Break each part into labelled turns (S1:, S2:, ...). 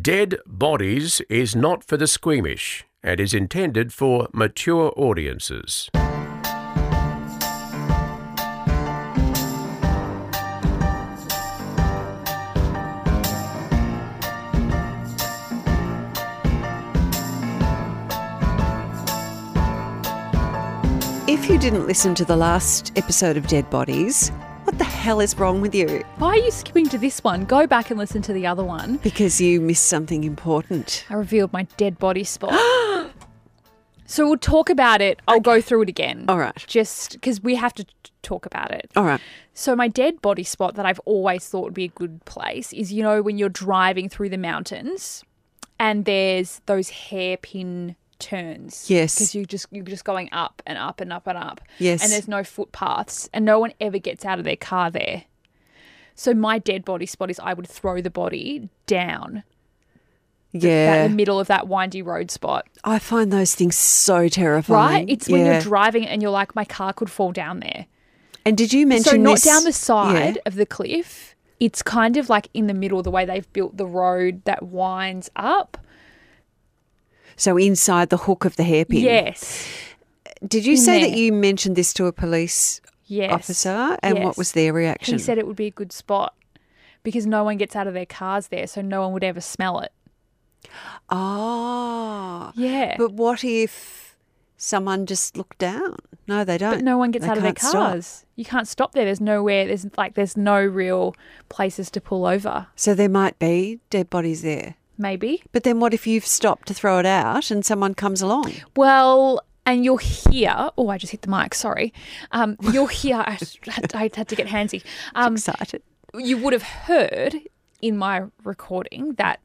S1: Dead Bodies is not for the squeamish and is intended for mature audiences.
S2: If you didn't listen to the last episode of Dead Bodies, what the hell is wrong with you?
S3: Why are you skipping to this one? Go back and listen to the other one.
S2: Because you missed something important.
S3: I revealed my dead body spot. so we'll talk about it. I'll go through it again.
S2: All right.
S3: Just because we have to t- talk about it.
S2: All right.
S3: So my dead body spot that I've always thought would be a good place is you know when you're driving through the mountains and there's those hairpin turns.
S2: Yes.
S3: Because you just you're just going up and up and up and up.
S2: Yes.
S3: And there's no footpaths and no one ever gets out of their car there. So my dead body spot is I would throw the body down
S2: Yeah.
S3: that the middle of that windy road spot.
S2: I find those things so terrifying.
S3: Right? It's when
S2: Yeah.
S3: you're driving and you're like, my car could fall down there.
S2: And did you mention
S3: so not
S2: this-
S3: down the
S2: Yeah.
S3: side of the cliff. It's kind of like in the middle, the way they've built the road that winds up.
S2: So inside the hook of the hairpin.
S3: Yes.
S2: Did you
S3: in
S2: say that
S3: there.
S2: you mentioned this to a police
S3: Yes.
S2: officer, and what
S3: Yes.
S2: was their reaction?
S3: He said it would be a good spot because no one gets out of their cars there, so no one would ever smell it.
S2: "Ah,
S3: Yeah.
S2: but what if someone just looked down? No, they don't.
S3: But no one gets
S2: They
S3: out of their
S2: can't stop.
S3: cars. You can't stop there. There's nowhere. There's like there's no real places to pull over.
S2: So there might be dead bodies there.
S3: Maybe.
S2: But then what if you've stopped to throw it out and someone comes along?
S3: Well, and you'll hear. Oh, I just hit the mic. Sorry. Um, you'll hear. I, had- I had to get handsy. Um,
S2: Excited.
S3: you would have heard in my recording that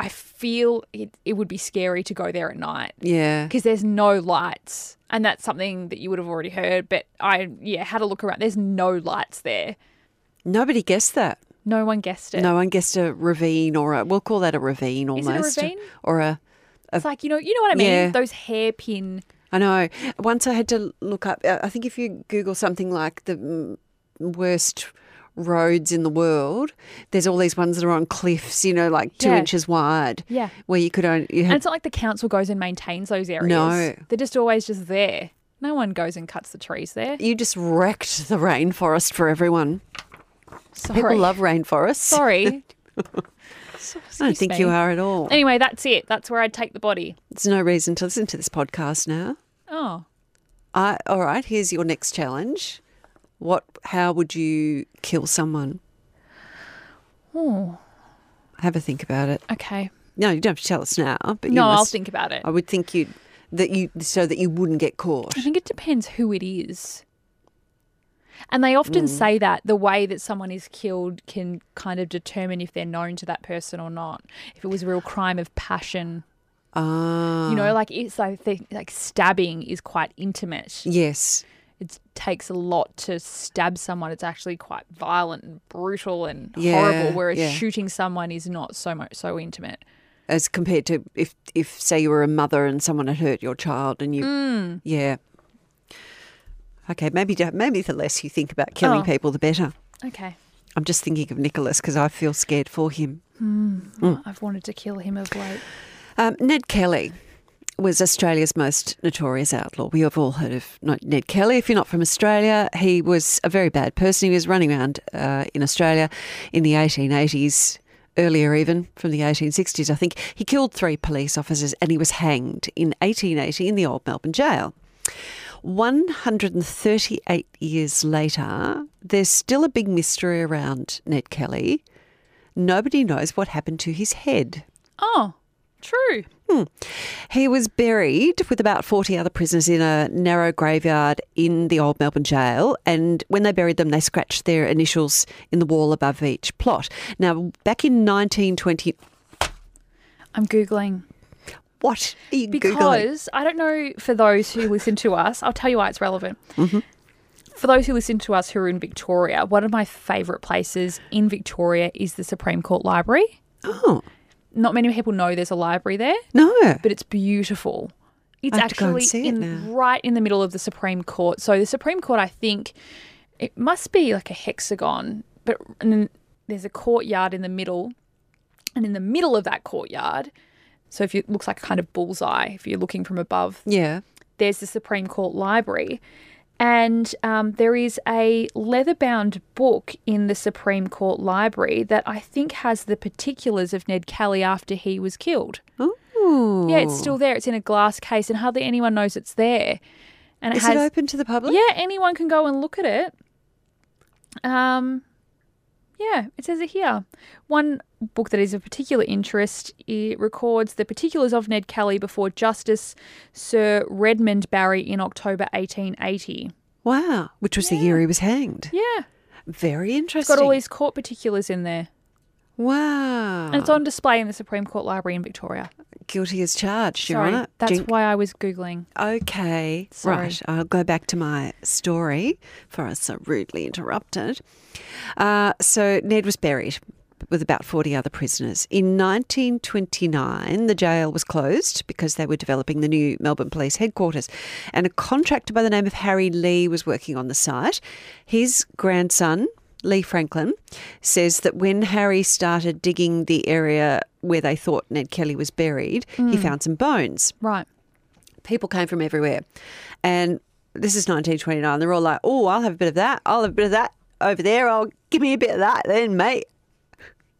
S3: I feel it, it would be scary to go there at night
S2: Yeah.
S3: because there's no lights, and that's something that you would have already heard. But I, yeah, had a look around. There's no lights there.
S2: Nobody guessed that.
S3: No one guessed it.
S2: No one guessed a ravine or a, we'll call that a ravine
S3: Is it a
S2: almost.
S3: ravine?
S2: Or a,
S3: It's like you know, you know what I mean.
S2: uh, Yeah.
S3: Those hairpin.
S2: I know. Once I had to look up, I think if you Google something like the mm, worst roads in the world, there's all these ones that are on cliffs, you know, like two
S3: Yeah.
S2: inches wide.
S3: Yeah.
S2: Where you could only, you
S3: And
S2: had,
S3: it's not like the council goes and maintains those areas.
S2: No.
S3: They're just always just there. No one goes and cuts the trees there.
S2: you just wrecked the rainforest for everyone.
S3: Sorry.
S2: People love rainforests.
S3: Sorry.
S2: I don't
S3: Excuse
S2: think you
S3: me.
S2: are at all.
S3: Anyway, that's it. That's where I'd take the body.
S2: There's no reason to listen to this podcast now.
S3: Oh.
S2: I, all right, here's your next challenge. What? How would you kill someone?
S3: Oh.
S2: Have a think about it.
S3: Okay.
S2: No, you don't have to tell us now. But you
S3: No, I'll
S2: must-
S3: think about it.
S2: I would think you that you so that you wouldn't get caught.
S3: I think it depends who it is. And they
S2: Mm.
S3: often say that the way that someone is killed can kind of determine if they're known to that person or not. If it was a real crime of passion,
S2: Ah,
S3: you know, like it's I think like stabbing is quite
S2: Mm.
S3: intimate.
S2: yes,
S3: It takes a lot to stab someone. It's actually quite violent and brutal and
S2: Yeah,
S3: horrible. Whereas
S2: yeah.
S3: shooting someone is not so much so intimate.
S2: as compared to if if say you were a mother and someone had hurt your child and you
S3: Hmm.
S2: yeah. Okay, maybe don't- maybe the less you think about killing
S3: Oh.
S2: people, the better.
S3: Okay.
S2: I'm just thinking of Nicholas because I feel scared for him. Mm.
S3: I've wanted to kill him of late.
S2: Um, Ned Kelly was Australia's most notorious outlaw. We have all heard of not- Ned Kelly. If you're not from Australia, he was a very bad person. He was running around uh, in Australia in the 1880s. Earlier, even from the 1860s, I think he killed three police officers and he was hanged in 1880 in the old Melbourne jail. 138 years later, there's still a big mystery around Ned Kelly. Nobody knows what happened to his head.
S3: Oh, true.
S2: Hmm. He was buried with about 40 other prisoners in a narrow graveyard in the old Melbourne jail. And when they buried them, they scratched their initials in the wall above each plot. Now, back in 1920,
S3: I'm Googling.
S2: what are you Googling?
S3: Because I don't know for those who listen to us, I'll tell you why it's relevant. For those who listen to us who are in Victoria, one of my favourite places in Victoria is the Supreme Court Library.
S2: Oh,
S3: Not many people know there's a library there,
S2: no.
S3: but it's beautiful. It's
S2: I have to go and
S3: actually
S2: see it
S3: in,
S2: now.
S3: right in the middle of the Supreme Court. So the Supreme Court, I think, it must be like a hexagon, but and then there's a courtyard in the middle And in the middle of that courtyard, so if you, it looks like a kind of bullseye, if you're looking from above,
S2: Yeah.
S3: there's the Supreme Court Library. And um, there is a leather bound book in the Supreme Court Library that I think has the particulars of Ned Kelly after he was killed.
S2: Ooh.
S3: Yeah, it's still there. It's in a glass case, and hardly anyone knows it's there. And it
S2: Is
S3: has
S2: it open to the public?
S3: yeah, anyone can go and look at it. Um, yeah, it says it here. One book that is of particular interest it records the particulars of Ned Kelly before Justice Sir Redmond Barry in October 1880.
S2: Wow. Which was the year he was hanged.
S3: Yeah,
S2: Very
S3: it's
S2: interesting.
S3: got all these court particulars in there,
S2: wow.
S3: and it's on display in the Supreme Court Library in Victoria.
S2: Guilty as charged, Your
S3: Sorry,
S2: Honour.
S3: that's
S2: Jink-
S3: why I was googling.
S2: Okay,
S3: Sorry.
S2: right. I'll go back to my story before I was so rudely interrupted. Uh, so, Ned was buried with about 40 other prisoners. In 1929, the jail was closed because they were developing the new Melbourne Police headquarters. And a contractor by the name of Harry Lee was working on the site. His grandson, Lee Franklin says that when Harry started digging the area where they thought Ned Kelly was buried, he found some bones
S3: Right.
S2: people came from everywhere. And this is 1929. They're all like, oh, I'll have a bit of that. I'll have a bit of that over there. I'll give me a bit of that then, mate.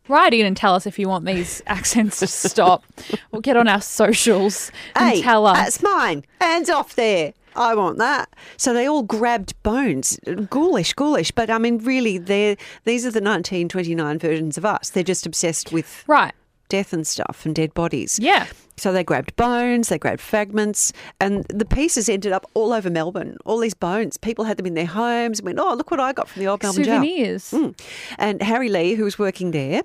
S3: Write in and tell us if you want these accents to stop. or get on our socials and
S2: Hey,
S3: tell us.
S2: that's mine. Hands off there. I want that. So they all grabbed bones. Ghoulish, ghoulish. But I mean, really, they're, these are the 1929 versions of us. They're just obsessed with
S3: Right.
S2: death and stuff and dead bodies.
S3: Yeah.
S2: So they grabbed bones, they grabbed fragments, and the pieces ended up all over Melbourne. All these bones, people had them in their homes and went, "Oh, look what I got from the old Melbourne jail."
S3: Souvenirs.
S2: Mm. And Harry Lee, who was working there,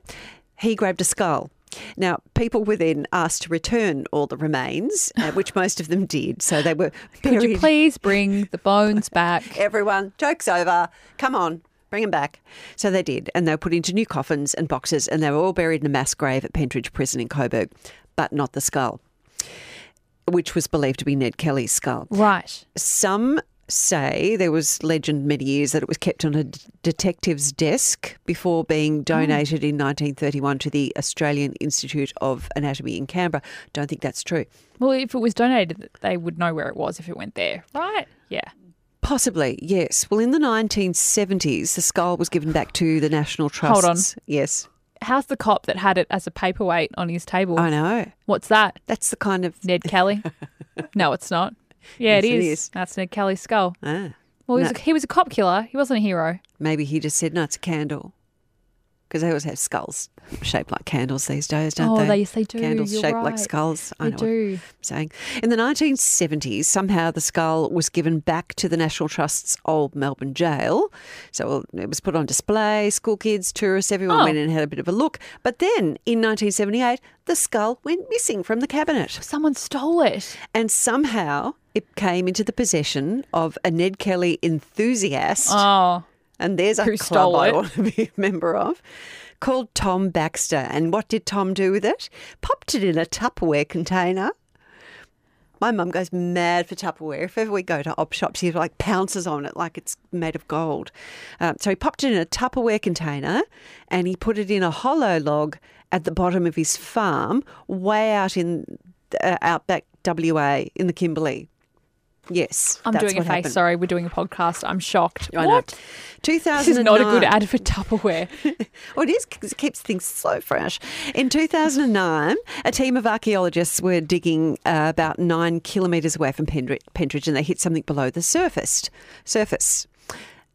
S2: he grabbed a skull. Now, people were then asked to return all the remains, uh, which most of them did. So they were buried.
S3: Could you please bring the bones back?
S2: Everyone, joke's over. Come on, bring them back. So they did, and they were put into new coffins and boxes, and they were all buried in a mass grave at Pentridge Prison in Coburg, but not the skull, which was believed to be Ned Kelly's skull.
S3: Right.
S2: Some say there was legend many years that it was kept on a d- detective's desk before
S3: Hmm.
S2: being donated in 1931 to the Australian Institute of Anatomy in Canberra. Don't think that's true.
S3: Well, if it was donated, they would know where it was if it went there. Right. Yeah.
S2: Possibly, yes. Well, in the 1970s, the skull was given back to the National Trust.
S3: Hold on.
S2: Yes,
S3: How's the cop that had it as a paperweight on his table?
S2: I know.
S3: What's that?
S2: That's the kind of.
S3: Ned Kelly? no, it's not. Yeah,
S2: Yes,
S3: it,
S2: it
S3: is.
S2: is.
S3: That's Ned Kelly's skull.
S2: Ah,
S3: Well, he was,
S2: No.
S3: a, he was a cop killer. He wasn't a hero.
S2: maybe he just said, no, it's a candle. Because they always have skulls shaped like candles these days, don't
S3: Oh,
S2: they?
S3: they- yes, they do.
S2: Candles
S3: You're
S2: shaped like
S3: right.
S2: skulls. I
S3: They
S2: know what
S3: do.
S2: I'm saying. In the 1970s, somehow the skull was given back to the National Trust's old Melbourne jail. So it was put on display. School kids, tourists, everyone
S3: Oh.
S2: went and had a bit of a look. But then in 1978, the skull went missing from the cabinet.
S3: Someone stole it.
S2: And somehow it came into the possession of a Ned Kelly enthusiast.
S3: Oh.
S2: And there's a
S3: Who
S2: club
S3: stole
S2: I
S3: it.
S2: want to be a member of called Tom Baxter. And what did Tom do with it? Popped it in a Tupperware container. My mum goes mad for Tupperware. If ever we go to op shops, she like pounces on it like it's made of gold. Um, so he popped it in a Tupperware container and he put it in a hollow log at the bottom of his farm, way out in uh, outback WA in the Kimberley. Yes,
S3: I'm
S2: that's
S3: doing a
S2: what
S3: face.
S2: happened.
S3: Sorry, we're doing a podcast. I'm shocked.
S2: I know.
S3: what? This is
S2: 2009.
S3: not a good ad for Tupperware.
S2: Well, it is because it keeps things so fresh. In 2009, a team of archaeologists were digging uh, about nine kilometres away from Pendri- Pentridge and they hit something below the surface. surface.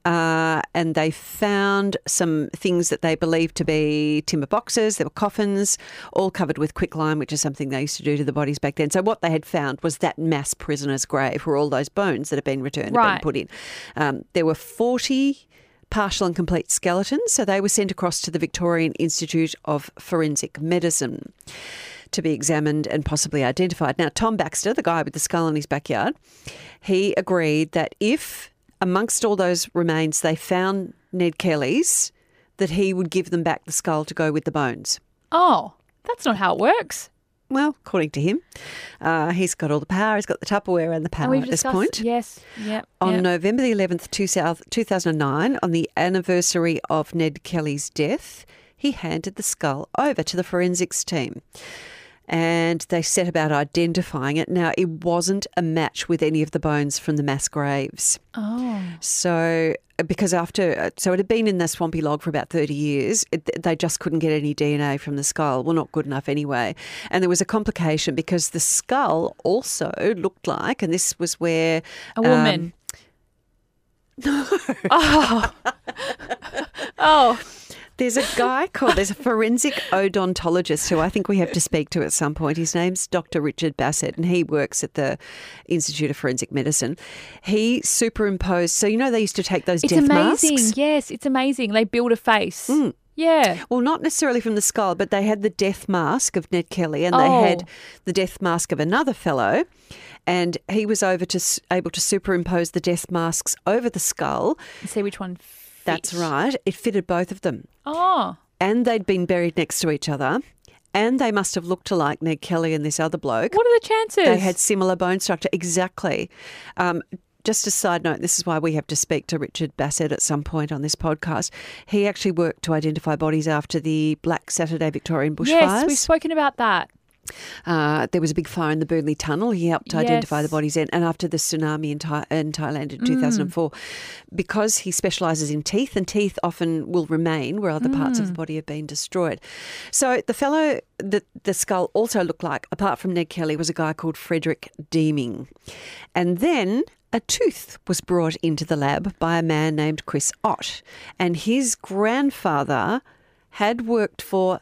S2: Uh, and they found some things that they believed to be timber boxes. There were coffins, all covered with quicklime, which is something they used to do to the bodies back then. So, what they had found was that mass prisoner's grave where all those bones that had been returned had been
S3: Right.
S2: put in. Um, there were 40 partial and complete skeletons, so they were sent across to the Victorian Institute of Forensic Medicine to be examined and possibly identified. Now, Tom Baxter, the guy with the skull in his backyard, he agreed that if amongst all those remains they found Ned Kelly's, that he would give them back the skull to go with the bones.
S3: Oh, that's not how it works.
S2: Well, according to him, uh, he's got all the power. He's got the Tupperware and the power at this point. Oh,
S3: Yes. Yep.
S2: On
S3: yep.
S2: November the 11th, 2000 2009, on the anniversary of Ned Kelly's death, he handed the skull over to the forensics team and they set about identifying it. Now, it wasn't a match with any of the bones from the mass graves.
S3: Oh.
S2: So, because after, so it had been in the swampy log for about 30 years, it, they just couldn't get any DNA from the skull. Well, not good enough anyway. And there was a complication because the skull also looked like, and this was where
S3: A woman. no. Oh. oh.
S2: There's a guy called, there's a forensic odontologist who I think we have to speak to at some point. His name's Dr. Richard Bassett, and he works at the Institute of Forensic Medicine. He superimposed, so you know, they used to take those
S3: It's
S2: death
S3: amazing.
S2: masks. Hmm.
S3: Yes, it's amazing. They build a face. Yeah.
S2: Well, not necessarily from the skull, but they had the death mask of Ned Kelly, and they had
S3: Oh.
S2: the death mask of another fellow, and he was over to s- able to superimpose the death masks over the skull.
S3: see which one. Fits.
S2: That's right. It fitted both of them.
S3: Oh.
S2: and they'd been buried next to each other, and they must have looked alike, Ned Kelly and this other bloke.
S3: What are the chances?
S2: They had similar bone structure, exactly. Um, just a side note, this is why we have to speak to Richard Bassett at some point on this podcast. He actually worked to identify bodies after the Black Saturday Victorian bushfires.
S3: Yes, we've spoken about that.
S2: Uh, there was a big fire in the Burnley Tunnel. He helped identify the
S3: Yes.
S2: bodies in, and after the tsunami in, Thai- in Thailand in 2004, because he specialises in teeth, and teeth often will remain where other parts of the body have been destroyed. So the fellow that the skull also looked like, apart from Ned Kelly, was a guy called Frederick Deeming, and then. A tooth was brought into the lab by a man named Chris Ott, and his grandfather had worked for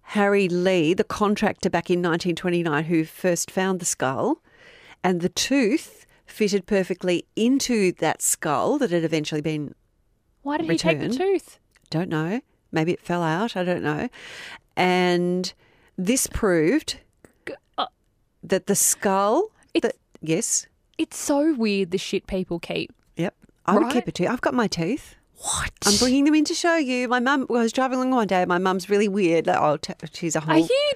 S2: Harry Lee, the contractor back in 1929 who first found the skull, and the tooth fitted perfectly into that skull that had eventually been,
S3: Why did he
S2: Return.
S3: take the tooth?
S2: don't know, maybe it fell out, I don't know. And this proved
S3: G- uh,
S2: that the skull,
S3: It's-
S2: that, yes,
S3: It's so weird the shit people keep.
S2: yep, I would keep
S3: Right.
S2: it too. I've got my teeth.
S3: What?
S2: I'm bringing them in to show you. My mum, well, I was driving along one day. My mum's really weird. Like, oh, t- she's a
S3: Are
S2: whole.
S3: you?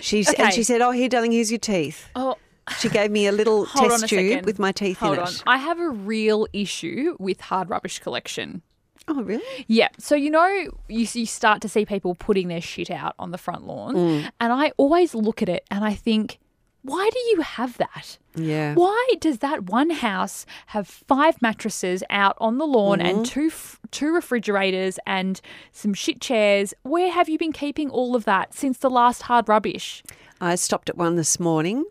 S2: She's
S3: okay.
S2: and she said, "Oh, here, darling, here's your teeth."
S3: Oh,
S2: She gave me a little
S3: hold
S2: test
S3: on a
S2: tube
S3: second.
S2: with my teeth
S3: hold
S2: in
S3: on.
S2: it.
S3: I have a real issue with hard rubbish collection.
S2: Oh, really?
S3: Yeah. So, you know, you, you start to see people putting their shit out on the front lawn.
S2: Mm.
S3: And I always look at it and I think, why do you have that?
S2: Yeah.
S3: Why does that one house have five mattresses out on the lawn and
S2: Mm-hmm.
S3: two f- two refrigerators and some shit chairs? Where have you been keeping all of that since the last hard rubbish?
S2: I stopped at one this morning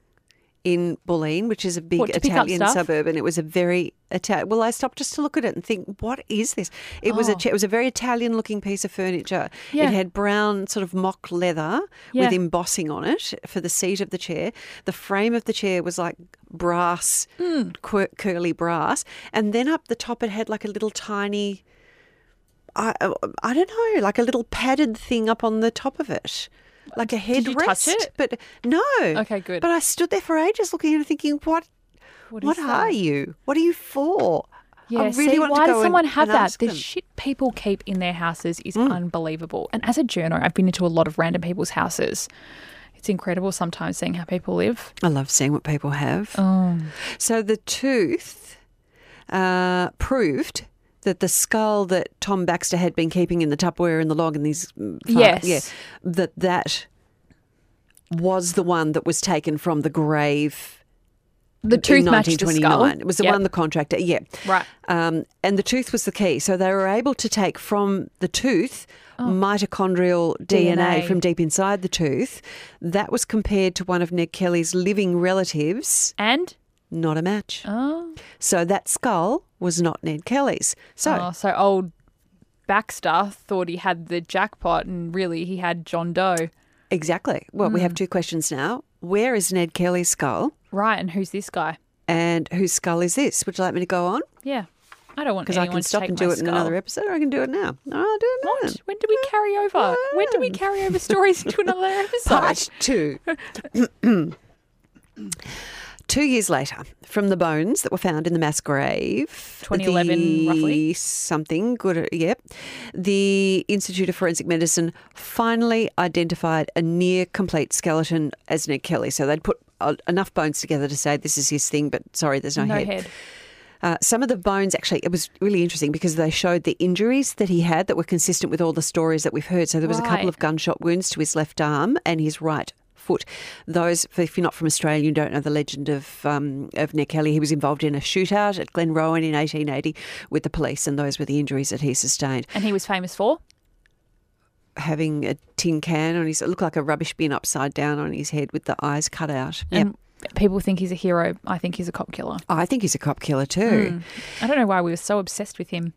S2: in Bulleen, which is a big
S3: What, to pick up
S2: Italian
S3: stuff?
S2: suburb, and it was a very Italian. Well, I stopped just to look at it and think, what is this? It was a
S3: Oh.
S2: cha- it was a very Italian looking piece of furniture.
S3: Yeah.
S2: It had brown sort of mock leather with
S3: Yeah.
S2: embossing on it for the seat of the chair. The frame of the chair was like brass,
S3: Hmm.
S2: cur- curly brass, and then up the top it had like a little tiny. I, I don't know, like a little padded thing up on the top of it, like a headrest.
S3: you touch it?
S2: But no.
S3: Okay, good.
S2: But I stood there for ages looking at it, thinking, what? What,
S3: What is
S2: are
S3: that?
S2: you? What are you for?
S3: Yeah,
S2: I really
S3: see,
S2: wanted
S3: why
S2: to go
S3: does someone
S2: and,
S3: have
S2: and
S3: that?
S2: ask
S3: The
S2: them. Mm.
S3: shit people keep in their houses is unbelievable. And as a journo, I've been into a lot of random people's houses. It's incredible sometimes seeing how people live.
S2: I love seeing what people have.
S3: Oh,
S2: So the tooth uh, proved that the skull that Tom Baxter had been keeping in the Tupperware and the log and these mm, fi-
S3: Yes.
S2: yeah, that that was the one that was taken from the grave
S3: the tooth
S2: in
S3: matched the skull.
S2: 1929. It was the
S3: Yep.
S2: one the contractor, yeah.
S3: Right.
S2: Um, and the tooth was the key. So they were able to take from the tooth
S3: Oh.
S2: mitochondrial DNA,
S3: DNA.
S2: from deep inside the tooth. That was compared to one of Ned Kelly's living relatives.
S3: And
S2: Not a match.
S3: oh,
S2: So that skull was not Ned Kelly's. So
S3: Oh, so old Baxter thought he had the jackpot, and really he had John Doe.
S2: exactly. Well, we
S3: Hmm.
S2: have two questions now. Where is Ned Kelly's skull?
S3: Right, and who's this guy?
S2: And whose skull is this? Would you like me to go on?
S3: Yeah, I don't want
S2: Because
S3: anyone
S2: I can
S3: to
S2: stop
S3: take
S2: and
S3: my
S2: do it in
S3: skull.
S2: another episode, or I can do it now. No, I'll do it now.
S3: What? When do we carry over? When do we carry over stories into another episode?
S2: Part two. two years later, from the bones that were found in the mass grave,
S3: 2011
S2: the
S3: roughly.
S2: something good. Yep, the Institute of Forensic Medicine finally identified a near complete skeleton as Ned Kelly. So they'd put uh, enough bones together to say this is his thing, but sorry, there's no,
S3: No head.
S2: Uh, some of the bones, actually, it was really interesting because they showed the injuries that he had that were consistent with all the stories that we've heard. So there was a
S3: Right.
S2: couple of gunshot wounds to his left arm and his right foot. Those, if you're not from Australia, you don't know the legend of um, of Nick Kelly. He was involved in a shootout at Glen Rowan in 1880 with the police, and those were the injuries that he sustained.
S3: And he was famous for?
S2: Having a tin can on his, it looked like a rubbish bin upside down on his head with the eyes cut out.
S3: And people think he's a hero. I think he's a cop killer.
S2: I think he's a cop killer too.
S3: Hmm. I don't know why we were so obsessed with him.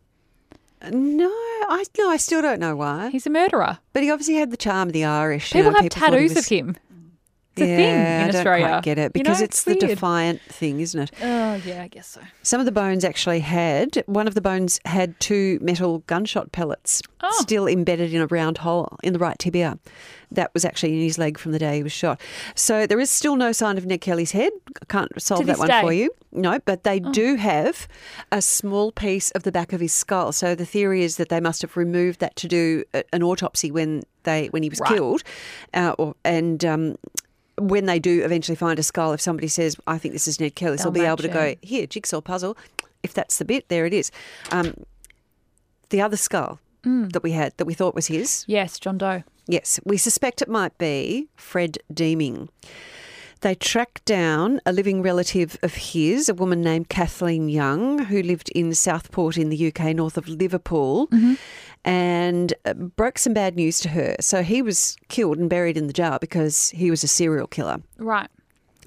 S2: No, I no, I still don't know why.
S3: He's a murderer.
S2: But he obviously had the charm, the Irish. you
S3: People
S2: know,
S3: have
S2: thought he
S3: tattoos
S2: was-
S3: of him. It's a thing
S2: Yeah,
S3: in
S2: I
S3: Australia.
S2: don't quite get it
S3: You know,
S2: because it's, the
S3: weird.
S2: defiant thing, isn't it?
S3: Oh yeah, I guess so.
S2: Some of the bones actually had one of the bones had two metal gunshot pellets
S3: Oh.
S2: still embedded in a round hole in the right tibia. That was actually in his leg from the day he was shot. So there is still no sign of Ned Kelly's head. I can't solve that
S3: this
S2: one for
S3: day. Oh.
S2: you. No, but they do have a small piece of the back of his skull. So the theory is that they must have removed that to do a- an autopsy when they when he was
S3: Right.
S2: killed, uh, or, and. Um, when they do eventually find a skull, if somebody says, "I think this is Ned Kelly," they'll
S3: They'll
S2: be able to
S3: match
S2: go
S3: it.
S2: here, jigsaw puzzle. If that's the bit, there it is. Um, the other skull that we had that we thought was his.
S3: Yes, John Doe.
S2: Yes, we suspect it might be Fred Deeming. They tracked down a living relative of his, a woman named Kathleen Young, who lived in Southport in the UK, north of Liverpool, and uh, broke some bad news to her. So he was killed and buried in the jar because he was a serial killer.
S3: Right.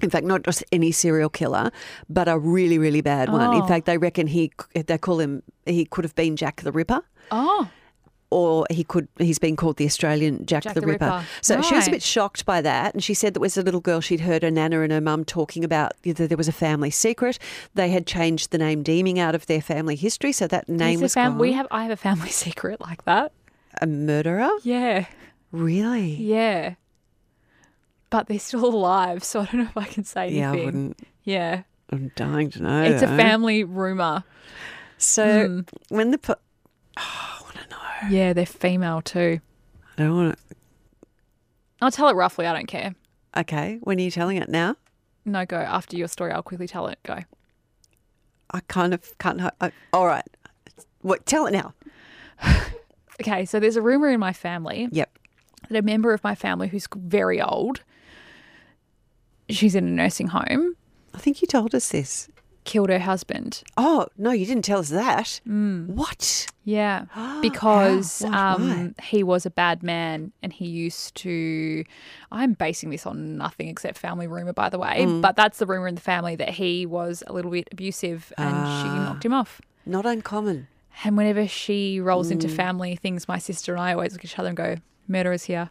S2: In fact, not just any serial killer, but a really, really bad one. In
S3: Oh.
S2: fact, they reckon he they call him he could have been Jack the Ripper,
S3: Oh,
S2: or he could he's been called the Australian Jack,
S3: Jack
S2: the,
S3: the
S2: Ripper.
S3: Ripper.
S2: So she was a
S3: Right.
S2: bit shocked by that, and she said that as a little girl, she'd heard her nana and her mum talking about that there was a family secret. They had changed the name Deeming out of their family history, so that name
S3: He's a
S2: was
S3: fam-
S2: gone.
S3: we have. I have a family secret like that.
S2: a murderer,
S3: Yeah,
S2: really?
S3: yeah. But they're still alive, so I don't know if I can say anything.
S2: Yeah, I wouldn't.
S3: Yeah,
S2: I'm dying to know.
S3: it's a
S2: though.
S3: family rumor.
S2: So
S3: Mm.
S2: when the po-
S3: Hmm. Yeah, they're female too.
S2: I don't want to.
S3: I'll tell it roughly. I don't care.
S2: Okay, when are you telling it now?
S3: No, go after your story. I'll quickly tell it. Go.
S2: I kind of can't. ho- I, all right. What? Tell it now.
S3: Okay, so there's a rumor in my family
S2: Yep.
S3: that a member of my family who's very old, she's in a nursing home,
S2: I think you told us this.
S3: killed her husband.
S2: Oh no, you didn't tell us that.
S3: Mm.
S2: What?
S3: Yeah,
S2: How?
S3: because
S2: What?
S3: um, he was a bad man and he used to. I'm basing this on nothing except family rumor, by the way, but that's the rumor in the family that he was a little bit abusive and she knocked him off.
S2: Not uncommon.
S3: And whenever she rolls into family things, my sister and I always look at each other and go, "Murderers here."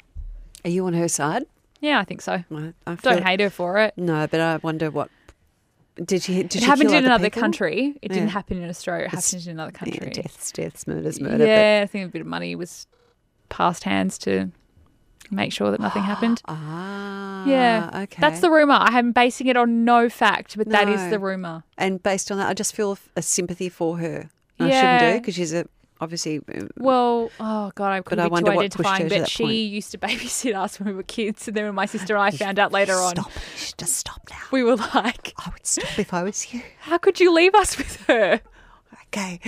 S2: Are you on her side?
S3: Yeah, I think so.
S2: I, I feel-
S3: Don't hate her for it.
S2: No, but I wonder what. Did she? Did
S3: It
S2: she
S3: happened
S2: kill
S3: in
S2: other
S3: another
S2: people?
S3: country. It
S2: Yeah.
S3: didn't happen in Australia. It
S2: It's-
S3: happened in another
S2: Yeah,
S3: country.
S2: deaths, deaths, murders, murder.
S3: yeah, I think a bit of money was passed hands to make sure that nothing happened.
S2: But, ah.
S3: Yeah,
S2: Okay.
S3: That's the rumor. I'm basing it on no fact, but that is
S2: No.
S3: the rumor.
S2: And based on that, I just feel a sympathy for her. I shouldn't
S3: Yeah.
S2: do because she's a obviously. uh,
S3: Well, oh god, I
S2: I
S3: couldn't be
S2: wonder
S3: too
S2: what pushed her
S3: identifying,
S2: to that
S3: but she
S2: point.
S3: used to babysit us when we were kids, and then when my sister and I found out later on,
S2: Stop. You should Just stop now.
S3: we were like,
S2: I would stop if I was you.
S3: "How could you leave us with her?"
S2: Okay.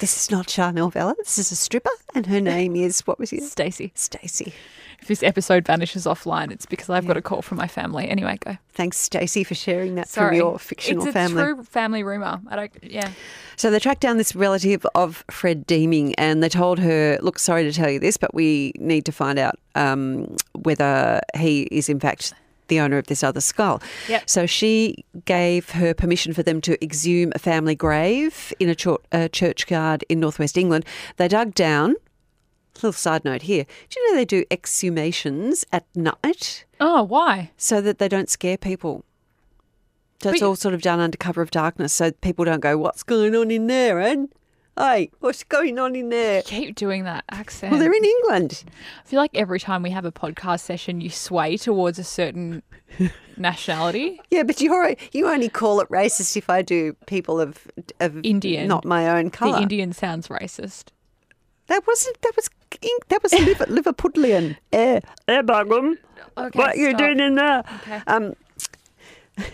S2: This is not Charnel Vella. This is a stripper, and her name is what was it?
S3: Stacey,
S2: Stacey.
S3: if this episode vanishes offline, it's because I've got a call from my family. Anyway, go.
S2: Thanks, Stacey, for sharing that
S3: Sorry,
S2: from your fictional
S3: it's a
S2: family.
S3: true family rumor. I don't. Yeah,
S2: So they tracked down this relative of Fred Deeming, and they told her, "Look, sorry to tell you this, but we need to find out um, whether he is in fact." The owner of this other skull.
S3: Yep.
S2: So she gave her permission for them to exhume a family grave in a, chur a churchyard in northwest England. They dug down little side note here. Do you know they do exhumations at night
S3: Oh, why?
S2: so that they don't scare people? So it's
S3: But-
S2: all sort of done under cover of darkness so people don't go, What's going on in there, Anne? Hey, what's going on in there?
S3: Keep doing that accent.
S2: Well, they're in England.
S3: I feel like every time we have a podcast session, you sway towards a certain nationality.
S2: Yeah, but you're, you only call it racist if I do people of, of
S3: Indian.
S2: not my own colour.
S3: The Indian sounds racist.
S2: that wasn't, that was, that was Liver- Liverpudlian. Eh, eh, Bagum.
S3: Okay,
S2: What you doing in there?
S3: Okay.
S2: Um,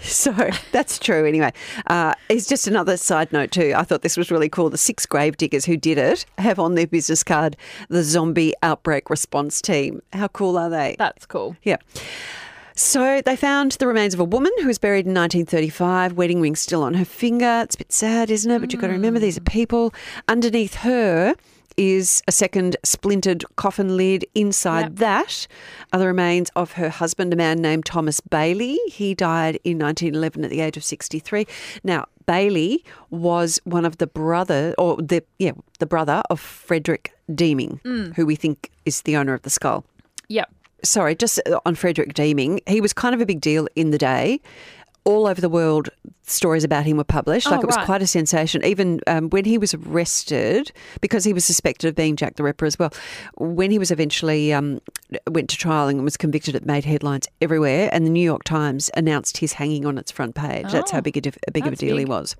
S2: So that's true anyway. Uh, it's just another side note too. I thought this was really cool. The six grave diggers who did it have on their business card the zombie outbreak response team. How cool are they?
S3: That's cool.
S2: Yeah. So they found the remains of a woman who was buried in 1935, wedding ring still on her finger. It's a bit sad, isn't it? But you've got to remember these are people. Underneath her is a second splintered coffin lid. Inside
S3: Yep.
S2: that are the remains of her husband, a man named Thomas Bailey. He died in 1911 at the age of 63. Now, Bailey was one of the brother, or the yeah, the brother of Frederick Deeming, who we think is the owner of the skull
S3: Yep.
S2: sorry, just on Frederick Deeming, he was kind of a big deal in the day. All over the world, stories about him were published.
S3: Oh,
S2: like it was
S3: right.
S2: quite a sensation. Even um, when he was arrested, because he was suspected of being Jack the Ripper as well. When he was eventually um, went to trial and was convicted, it made headlines everywhere. And the New York Times announced his hanging on its front page. that's how
S3: Oh,
S2: big a, dif- big of a
S3: that's
S2: deal he
S3: big.
S2: was.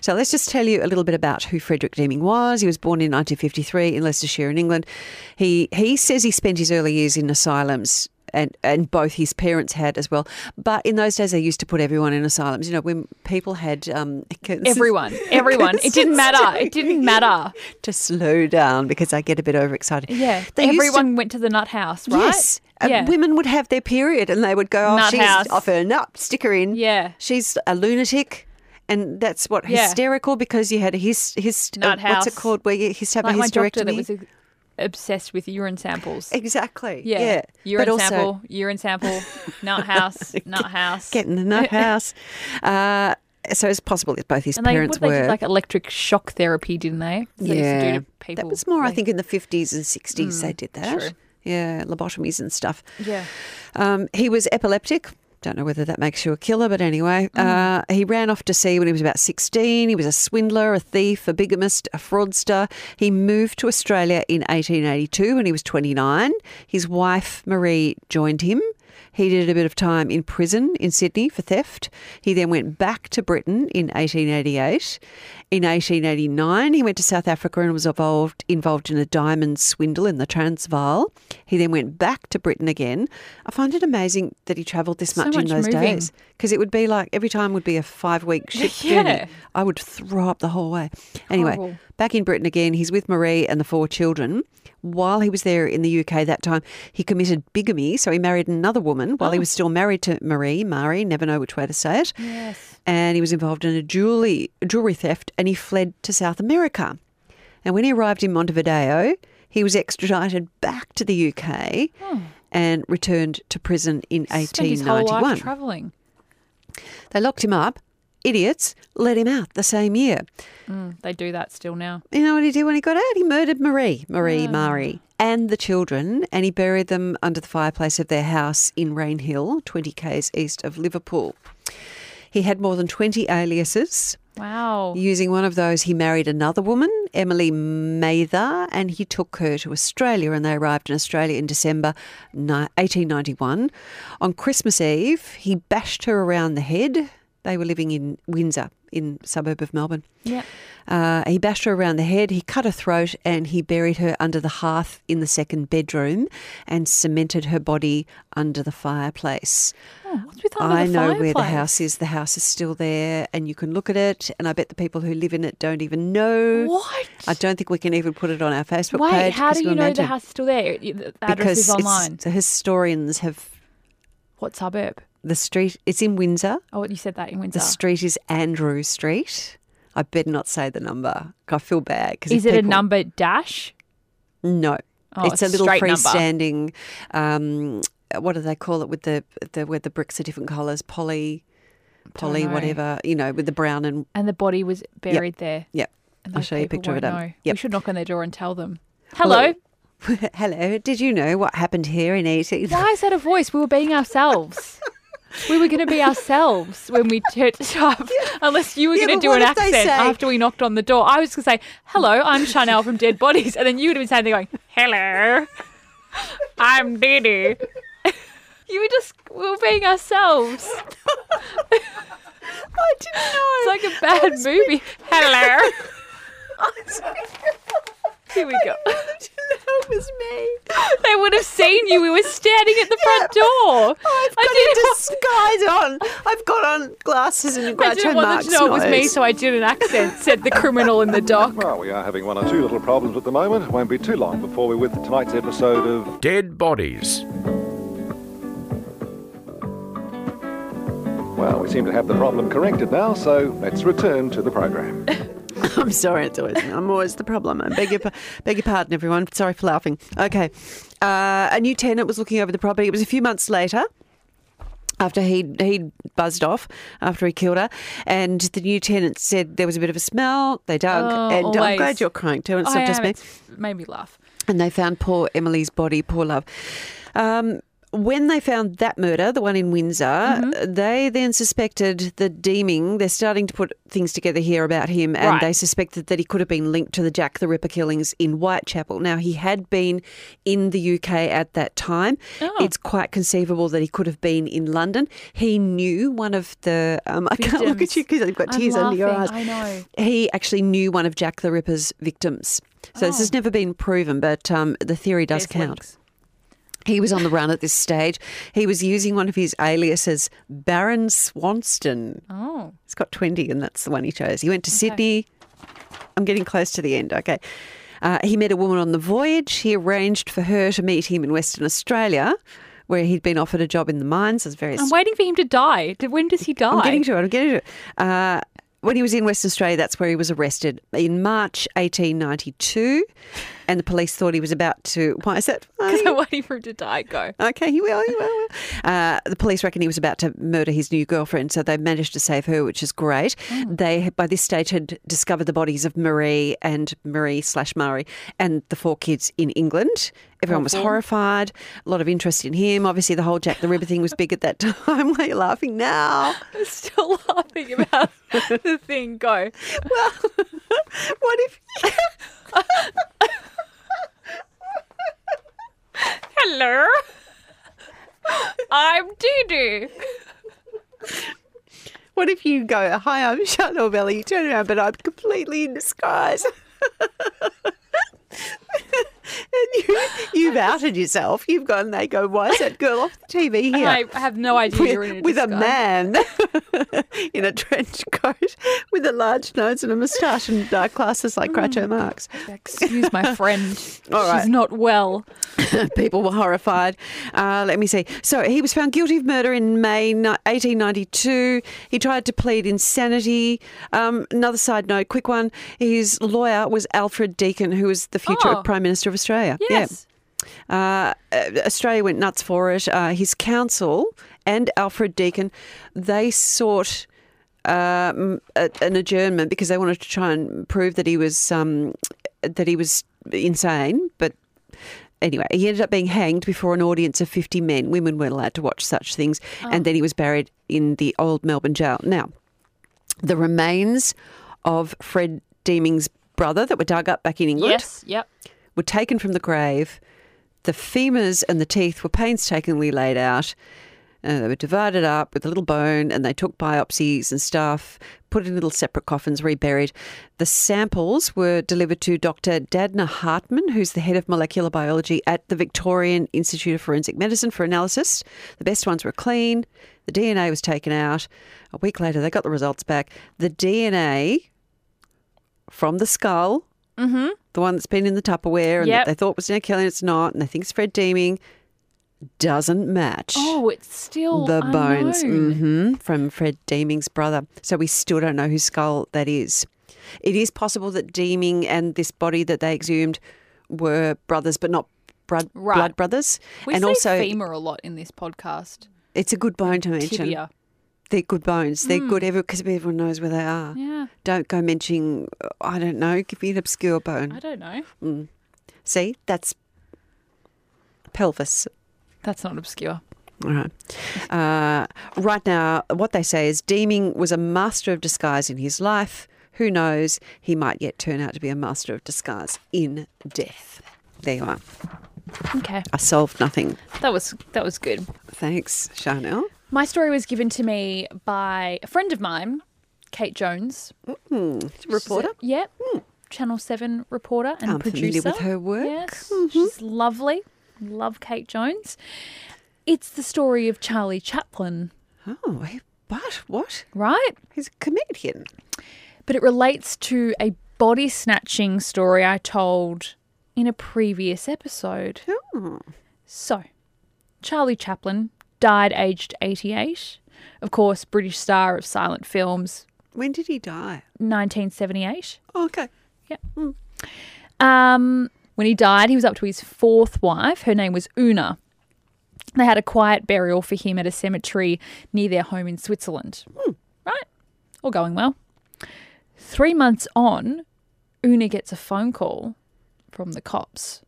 S2: So let's just tell you a little bit about who Frederick Deeming was. He was born in 1953 in Leicestershire in England. He he says he spent his early years in asylums. And, and both his parents had as well. But in those days, they used to put everyone in asylums. You know, when people had. Um,
S3: Everyone. Everyone. It didn't matter. It didn't matter.
S2: To slow down because I get a bit overexcited.
S3: Yeah.
S2: They used to-
S3: Everyone went to the nut house, right?
S2: Yes. Uh,
S3: Yeah.
S2: women would have their period and they would go, oh,
S3: Nut
S2: she's
S3: house.
S2: off her nut, stick her in.
S3: Yeah.
S2: She's a lunatic. And that's what
S3: Yeah.
S2: hysterical because you had a his, his uh,
S3: Nut
S2: what's it
S3: house.
S2: called where you used to have
S3: Like
S2: a
S3: my doctor that
S2: hysterectomy.
S3: was uh, obsessed with urine samples.
S2: exactly.
S3: Yeah.
S2: Yeah.
S3: Urine
S2: but also
S3: sample, urine sample, nut house, nut house.
S2: getting the nut house. Uh, so it's possible that both his
S3: and they,
S2: parents
S3: what they
S2: were.
S3: did, like electric shock therapy, didn't they? That they used to do
S2: Yeah.
S3: to people.
S2: that was more, I
S3: They-
S2: think, in the 50s and 60s they did that.
S3: true.
S2: Yeah, lobotomies and stuff.
S3: Yeah.
S2: Um, he was epileptic. Don't know whether that makes you a killer, but anyway, uh, he ran off to sea when he was about 16. He was a swindler, a thief, a bigamist, a fraudster. He moved to Australia in 1882 when he was 29. His wife, Marie, joined him. He did a bit of time in prison in Sydney for theft. He then went back to Britain in 1888. In 1889, he went to South Africa and was involved, involved in a diamond swindle in the Transvaal. He then went back to Britain again. I find it amazing that he travelled this
S3: So
S2: much, in
S3: much
S2: those
S3: moving.
S2: days because it would be like every time would be a five week ship
S3: Yeah.
S2: journey. I would throw up the whole way. Anyway,
S3: Horrible.
S2: back in Britain again, he's with Marie and the four children. While he was there in the UK that time, he committed bigamy, so he married another woman
S3: Oh.
S2: while he was still married to Marie. Marie, never know which way to say it.
S3: Yes.
S2: And he was involved in a jewelry jewelry theft, and he fled to South America. And when he arrived in Montevideo, he was extradited back to the UK. And returned to prison in
S3: Hmm. Spent his whole
S2: 1891.
S3: life traveling.
S2: They locked him up. Idiots let him out the same year.
S3: Mm, they do that still now.
S2: You know what he did when he got out? He murdered Marie, Marie, Marie, and the children, and he buried them under the fireplace of their house in Rainhill, 20 k's east of Liverpool. He had more than 20 aliases.
S3: Wow.
S2: Using one of those, he married another woman, Emily Mather, and he took her to Australia. And they arrived in Australia in December ni- 1891. On Christmas Eve, he bashed her around the head. They were living in Windsor, in suburb of Melbourne.
S3: Yeah.
S2: Uh, he bashed her around the head, he cut her throat, and he buried her under the hearth in the second bedroom and cemented her body under the fireplace.
S3: Oh, what's with under
S2: I
S3: the
S2: know where the
S3: fireplace?
S2: house is. The house is still there, and you can look at it. And I bet the people who live in it don't even know.
S3: What?
S2: I don't think we can even put it on our Facebook
S3: Wait,
S2: page.
S3: how
S2: 'cause
S3: do you
S2: we'll
S3: know
S2: imagine.
S3: the house is still there? You- The the address
S2: Because
S3: is online.
S2: It's, the historians have
S3: What suburb?
S2: the street. It's in Windsor.
S3: Oh, you said that in Windsor.
S2: The street is Andrew Street. I better not say the number. I feel bad because
S3: is it a number dash?
S2: No,
S3: Oh,
S2: it's a
S3: it's
S2: little
S3: straight number.
S2: freestanding. Um, what do they call it with the the where the bricks are different colours? Poly, poly,
S3: know.
S2: whatever. You know, with the brown and
S3: And the body was buried there.
S2: yeah.
S3: And
S2: I'll
S3: those
S2: show you a
S3: people
S2: picture of
S3: won't
S2: it, um,
S3: know.
S2: yep.
S3: We should knock on their door and tell them.
S2: Well,
S3: Hello.
S2: Hello, did you know what happened here in 18?
S3: Why is that a voice? We were being ourselves. we were going to be ourselves when we turned up, unless you were
S2: Yeah,
S3: going
S2: but
S3: to do
S2: what
S3: an
S2: if they
S3: accent
S2: say-
S3: after we knocked on the door. I was going to say, "Hello, I'm Chanel from Dead Bodies," and then you would have been standing there going, "Hello, I'm Dee Dee." you were just we were being ourselves.
S2: I didn't know.
S3: It's like a bad movie. Hello. Here we go.
S2: That was me.
S3: They would have seen you. We were standing at the front door.
S2: I've got
S3: I
S2: a disguise on. I've got on glasses and a
S3: didn't, I
S2: Groucho
S3: didn't want
S2: Marx
S3: them to know it was me,
S2: nose.
S3: so I did an accent, said the criminal in the dock.
S4: Well, we are having one or two little problems at the moment. Won't be too long before we're with tonight's episode of.
S1: Dead bodies.
S4: Well, we seem to have the problem corrected now, so let's return to the program.
S2: I'm sorry, it's always I'm always the problem. I beg your pa- beg your pardon, everyone. Sorry for laughing. Okay, uh, a new tenant was looking over the property. It was a few months later. After he'd, he'd buzzed off, after he killed her, and the new tenant said there was a bit of a smell, they dug.
S3: Oh,
S2: and I'm
S3: always.
S2: glad you're crying too, and it's
S3: I
S2: not just
S3: am.
S2: me.
S3: Oh, It's made me laugh.
S2: And they found poor Emily's body, poor love. Um, when they found that murder, the one in Windsor,
S3: Mm-hmm.
S2: they then suspected the Deeming. They're starting to put things together here about him, and
S3: Right.
S2: they suspected that he could have been linked to the Jack the Ripper killings in Whitechapel. Now, he had been in the UK at that time.
S3: Oh.
S2: It's quite conceivable that he could have been in London. He knew one of the. Um, I can't look at
S3: Victims.
S2: you because I've got
S3: I'm
S2: tears under your eyes
S3: laughing, I know.
S2: he actually knew one of Jack the Ripper's victims. So this has never been proven, but um, the theory does count.
S3: There's Oh. links.
S2: He was on the run at this stage. He was using one of his aliases, Baron Swanston.
S3: Oh.
S2: He's got 20, and that's the one he chose. He went to Sydney. I'm getting close to the end. Okay. Uh, he met a woman on the voyage. He arranged for her to meet him in Western Australia, where he'd been offered a job in the mines as various
S3: I'm waiting for him to die. Did- When does he die?
S2: I'm getting to it. I'm getting to it. Uh, when he was in Western Australia, that's where he was arrested in March 1892, and the police thought he was about to. Why is that? funny?
S3: Because I'm waiting for him to die. Go.
S2: Okay, he will, he will. he will. Uh, the police reckon he was about to murder his new girlfriend, so they managed to save her, which is great. They, had- by this stage, had discovered the bodies of Marie and Marie slash Mari and the four kids in England. Everyone was horrified. A lot of interest in him. Obviously, the whole Jack the Ripper thing was big at that time. Why are you laughing now?
S3: I'm still laughing about the thing. Go.
S2: Well, what if?
S3: Hello. I'm Doo Doo.
S2: What if you go, hi, I'm Charlotte Belly, you turn around, but I'm completely in disguise. and you, you've outed yourself. You've gone, they go, why is that girl off the TV here?
S3: I have no idea you're in a
S2: With, with a
S3: disguise.
S2: man in a trench coat with a large nose and a moustache and dark glasses like
S3: Mm.
S2: Groucho Marx.
S3: Excuse my friend.
S2: All right.
S3: She's not well.
S2: People were horrified. Uh, let me see. So he was found guilty of murder in May ni- 1892. He tried to plead insanity. Um, another side note, quick one. His lawyer was Alfred Deakin, who was the future
S3: Oh.
S2: Prime Minister of Australia. Yeah.
S3: Yes.
S2: Uh, Australia went nuts for it. Uh, his counsel and Alfred Deakin, they sought um, a, an adjournment because they wanted to try and prove that he was um, that he was insane. But anyway, he ended up being hanged before an audience of fifty men. Women weren't allowed to watch such things, and then he was buried in the old Melbourne jail. Now, the remains of Fred Deeming's brother that were dug up back in England
S3: Yes. Yep.
S2: were taken from the grave. The femurs and the teeth were painstakingly laid out. Uh, they were divided up with a little bone, and they took biopsies and stuff, put in little separate coffins, reburied. The samples were delivered to Dr. Dadna Hartman, who's the head of molecular biology at the Victorian Institute of Forensic Medicine, for analysis. The best ones were clean. The DNA was taken out. A week later, they got the results back. The DNA from the skull the one that's been in the Tupperware and
S3: Mm-hmm.
S2: that
S3: Yep.
S2: they thought was Ned Kelly and it's not, and they think it's Fred Deeming, doesn't match
S3: Oh, it's still
S2: the bones
S3: unknown.
S2: hmm from Fred Deeming's brother. So we still don't know whose skull that is. It is possible that Deeming and this body that they exhumed were brothers, but not blood,
S3: Right.
S2: blood brothers.
S3: We
S2: and
S3: say
S2: also,
S3: femur a lot in this podcast.
S2: it's a good bone to mention.
S3: Tibia. Mm.
S2: They're good bones. They're good every because everyone knows where they are.
S3: Yeah.
S2: Don't go mentioning, I don't know, give me an obscure bone.
S3: I don't know.
S2: See, that's pelvis.
S3: That's not obscure.
S2: All right. Uh, right now, what they say is Deeming was a master of disguise in his life. Who knows? He might yet turn out to be a master of disguise in death. There you are.
S3: Okay.
S2: I solved nothing.
S3: That was that was good.
S2: Thanks, Chanel.
S3: My story was given to me by a friend of mine, Kate Jones.
S2: Reporter.
S3: Yep. Channel 7 reporter and
S2: I'm familiar
S3: producer.
S2: with her work. Mm-hmm.
S3: Yes, she's lovely. Love Kate Jones. It's the story of Charlie Chaplin,
S2: Oh, he- but what?
S3: right?
S2: He's a comedian.
S3: But it relates to a body snatching story I told in a previous episode.
S2: Oh.
S3: So, Charlie Chaplin died aged 88. Of course, British star of silent films,
S2: When did he die?
S3: 1978.
S2: Oh, okay.
S3: Um, when he died, he was up to his fourth wife. Her name was Una. They had a quiet burial for him at a cemetery near their home in Switzerland. Right? All going well. Three months on, Una gets a phone call from the cops.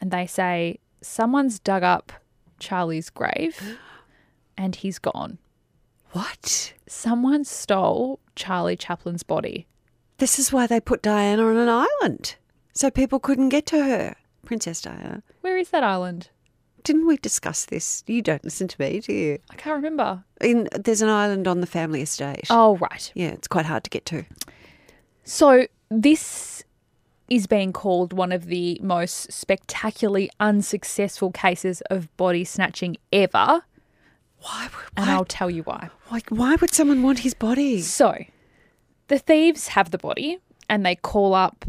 S3: And they say, someone's dug up Charlie's grave and he's gone.
S2: What?
S3: Someone stole Charlie Chaplin's body.
S2: This is why they put Diana on an island so people couldn't get to her. Princess Diana.
S3: Where is that island?
S2: Didn't we discuss this? You don't listen to me, do you?
S3: I can't remember.
S2: In there's an island on the family estate.
S3: Oh, right.
S2: Yeah, it's quite hard to get to.
S3: So this is being called one of the most spectacularly unsuccessful cases of body snatching ever,
S2: Why? would-
S3: and
S2: Why,
S3: I'll tell you why.
S2: like, why would someone want his body?
S3: So, the thieves have the body and they call up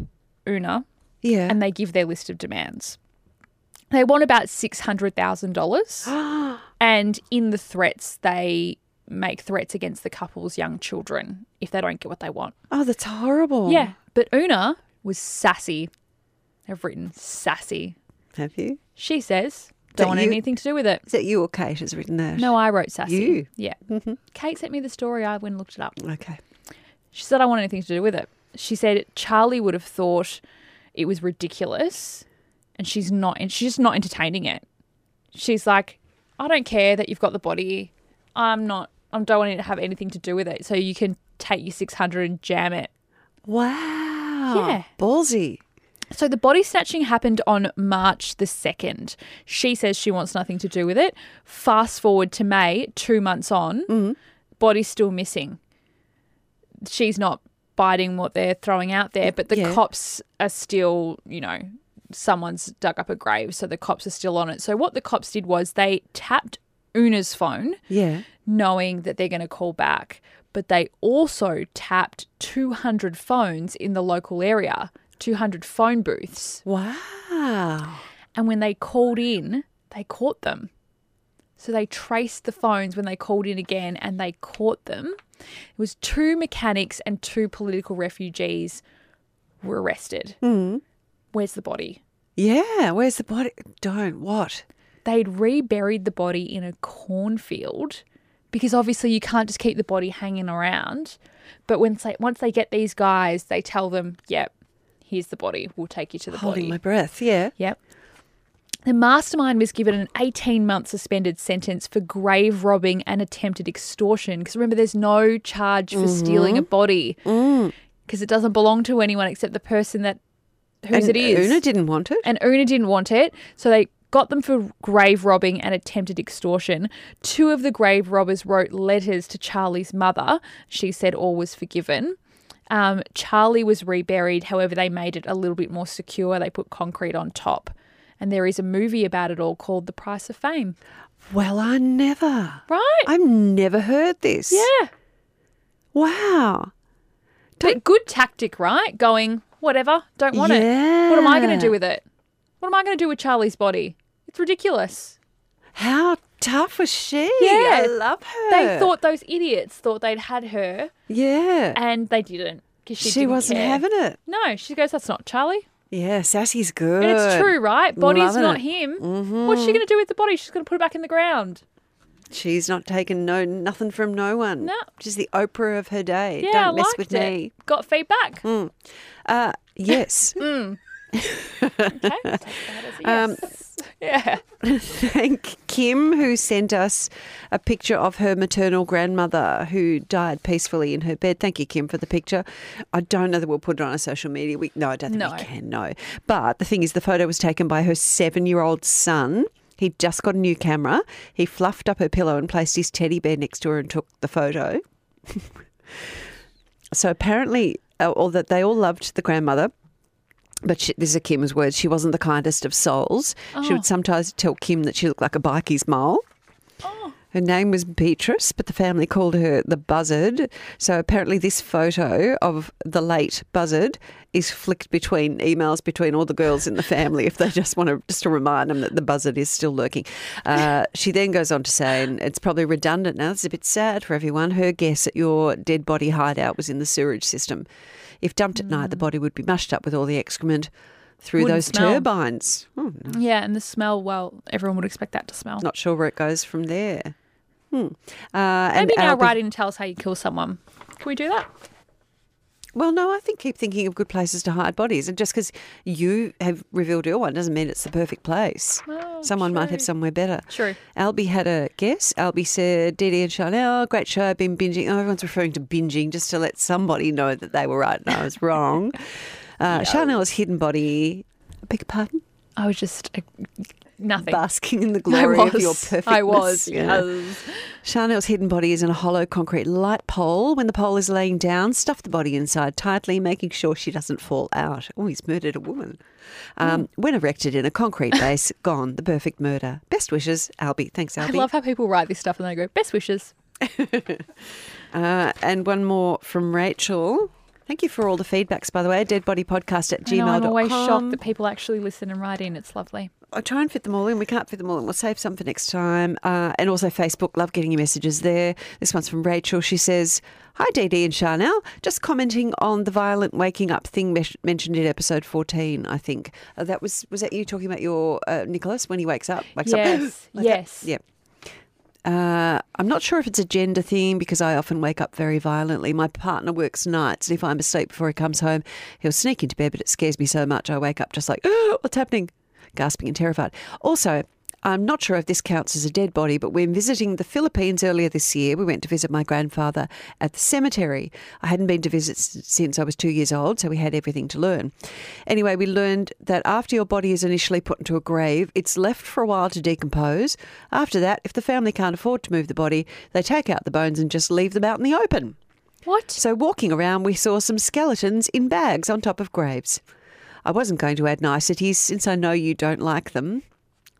S3: Una
S2: Yeah.
S3: and they give their list of demands. They want about $600,000 and in the threats they make threats against the couple's young children if they don't get what they want.
S2: oh, that's horrible.
S3: Yeah, but Una was sassy. I've written sassy.
S2: Have you?
S3: She says,
S2: That
S3: don't want
S2: you-
S3: anything to do with it.
S2: Is that you or Kate has written that?
S3: No, I wrote sassy.
S2: You? Mm-hmm.
S3: Yeah. Kate sent me the story. I went and looked it up.
S2: Okay.
S3: She said, I want anything to do with it. She said, Charlie would have thought it was ridiculous and she's not, and she's just not entertaining it. She's like, I don't care that you've got the body. I'm not, I don't want to have anything to do with it. So you can take your 600 and jam it
S2: Wow.
S3: Yeah.
S2: Ballsy.
S3: So the body snatching happened on March the 2nd. She says she wants nothing to do with it. Fast forward to May, two months on, body's still missing. She's not biting what they're throwing out there, but the
S2: Yeah.
S3: cops are still, you know, someone's dug up a grave, so the cops are still on it. So what the cops did was they tapped Una's phone
S2: Yeah.
S3: knowing that they're going to call back. But they also tapped 200 phones in the local area, 200 phone booths.
S2: Wow.
S3: And when they called in, they caught them. So they traced the phones when they called in again and they caught them. It was two mechanics and two political refugees were arrested. Where's the body?
S2: Yeah. Where's the body? Don't. What?
S3: They'd reburied the body in a cornfield because obviously you can't just keep the body hanging around. But once they, once they get these guys, they tell them, yep, here's the body. We'll take you to the
S2: Holding
S3: body.
S2: my breath. Yeah.
S3: Yep. The mastermind was given an 18 month suspended sentence for grave robbing and attempted extortion. Because remember, there's no charge for stealing
S2: Mm-hmm.
S3: a body
S2: Mm.
S3: because it doesn't belong to anyone except the person that whose
S2: and
S3: it is.
S2: Una didn't want it.
S3: and Una didn't want it, so they got them for grave robbing and attempted extortion. Two of the grave robbers wrote letters to Charlie's mother. She said all was forgiven. Um, Charlie was reburied, however, they made it a little bit more secure. They put concrete on top. And there is a movie about it all called The Price of Fame.
S2: Well, I never.
S3: Right?
S2: I've never heard this.
S3: yeah.
S2: Wow.
S3: But good tactic, right? Going, whatever, don't want it. What am I going
S2: Yeah.
S3: to do with it? What am I going to do with Charlie's body? It's ridiculous.
S2: How tough was she?
S3: Yeah.
S2: I love her.
S3: They thought those idiots thought they'd had her,
S2: Yeah.
S3: and they didn't because she,
S2: she
S3: didn't
S2: wasn't
S3: care.
S2: having it.
S3: No, she goes, "That's not Charlie,"
S2: Yeah. Sassy's good.
S3: and it's true, right? Body's
S2: Loving
S3: not
S2: it.
S3: him. What's she going to do with the body? She's going to put it back in the ground.
S2: She's not taking no nothing from no one.
S3: No.
S2: She's the Oprah of her day.
S3: Yeah, I
S2: Don't mess
S3: liked
S2: with
S3: it.
S2: me.
S3: Got feedback.
S2: Uh, yes.
S3: Okay, Take that as a yes. yeah.
S2: Thank Kim, who sent us a picture of her maternal grandmother who died peacefully in her bed. Thank you, Kim, for the picture. I don't know that we'll put it on our social media. We, no, I don't think
S3: No.
S2: we can, no. But the thing is, the photo was taken by her seven year old son. He just got a new camera. He fluffed up her pillow and placed his teddy bear next to her and took the photo. So apparently, uh, or that they all loved the grandmother. But she, this is Kim's words. She wasn't the kindest of souls. She would sometimes tell Kim that she looked like a bikie's mole. Her name was Beatrice, but the family called her the Buzzard. So apparently, this photo of the late Buzzard is flicked between emails between all the girls in the family if they just want to just to remind them that the Buzzard is still lurking. Uh, she then goes on to say, and it's probably redundant now. It's a bit sad for everyone. Her guess at your dead body hideout was in the sewerage system. If dumped at night, the body would be mushed up with all the excrement through
S3: Mm. Wouldn't
S2: those
S3: smell.
S2: turbines. Oh, no.
S3: Yeah, and the smell, well, everyone would expect that to smell.
S2: Not sure where it goes from there. Hmm. Uh, and
S3: Maybe now
S2: Albie-
S3: write in and tell us how you kill someone. Can we do that?
S2: Well, no, I think keep thinking of good places to hide bodies. And just because you have revealed your one doesn't mean it's the perfect place.
S3: Oh,
S2: Someone might have
S3: true.
S2: somewhere better.
S3: True.
S2: Albie had a guess. Albie said, Didi and Chanel, great show, I've been binging. Oh, everyone's referring to binging just to let somebody know that they were right and I was wrong. Uh, Chanel's hidden body, I beg your pardon?
S3: I was just uh, nothing.
S2: Basking in the
S3: I
S2: glory
S3: was.
S2: of your perfectness.
S3: I was.
S2: you
S3: I
S2: know.
S3: was.
S2: Charnel's hidden body is in a hollow concrete light pole. When the pole is laying down, stuff the body inside tightly, making sure she doesn't fall out. Oh, he's murdered a woman. Um,
S3: Hmm.
S2: When erected in a concrete base, gone. The perfect murder. Best wishes, Albie. Thanks,
S3: I
S2: Albie.
S3: love how people write this stuff and they go, best wishes.
S2: uh, and one more from Rachel. Thank you for all the feedbacks, by the way. Deadbodypodcast at
S3: I know,
S2: gmail.com.
S3: I'm always shocked that people actually listen and write in. It's lovely.
S2: I'll try and fit them all in. We can't fit them all in. We'll save some for next time. Uh, and also Facebook. Love getting your messages there. This one's from Rachel. She says, Hi, DD and Charnel. Just commenting on the violent waking up thing mes- mentioned in episode 14, I think. Uh, that was, was that you talking about your uh, Nicholas when he wakes up? Wakes
S3: Yes,
S2: up.
S3: yes.
S2: That? Yeah. Uh, I'm not sure if it's a gender thing because I often wake up very violently. My partner works nights, and if I'm asleep before he comes home, he'll sneak into bed, but it scares me so much I wake up just like, "Oh, what's happening? Gasping and terrified. Also, I'm not sure if this counts as a dead body, but when visiting the Philippines earlier this year, we went to visit my grandfather at the cemetery. I hadn't been to visit s- since I was two years old, so we had everything to learn. Anyway, we learned that after your body is initially put into a grave, it's left for a while to decompose. After that, if the family can't afford to move the body, they take out the bones and just leave them out in the open.
S3: What?
S2: So, walking around, we saw some skeletons in bags on top of graves. I wasn't going to add niceties since I know you don't like them.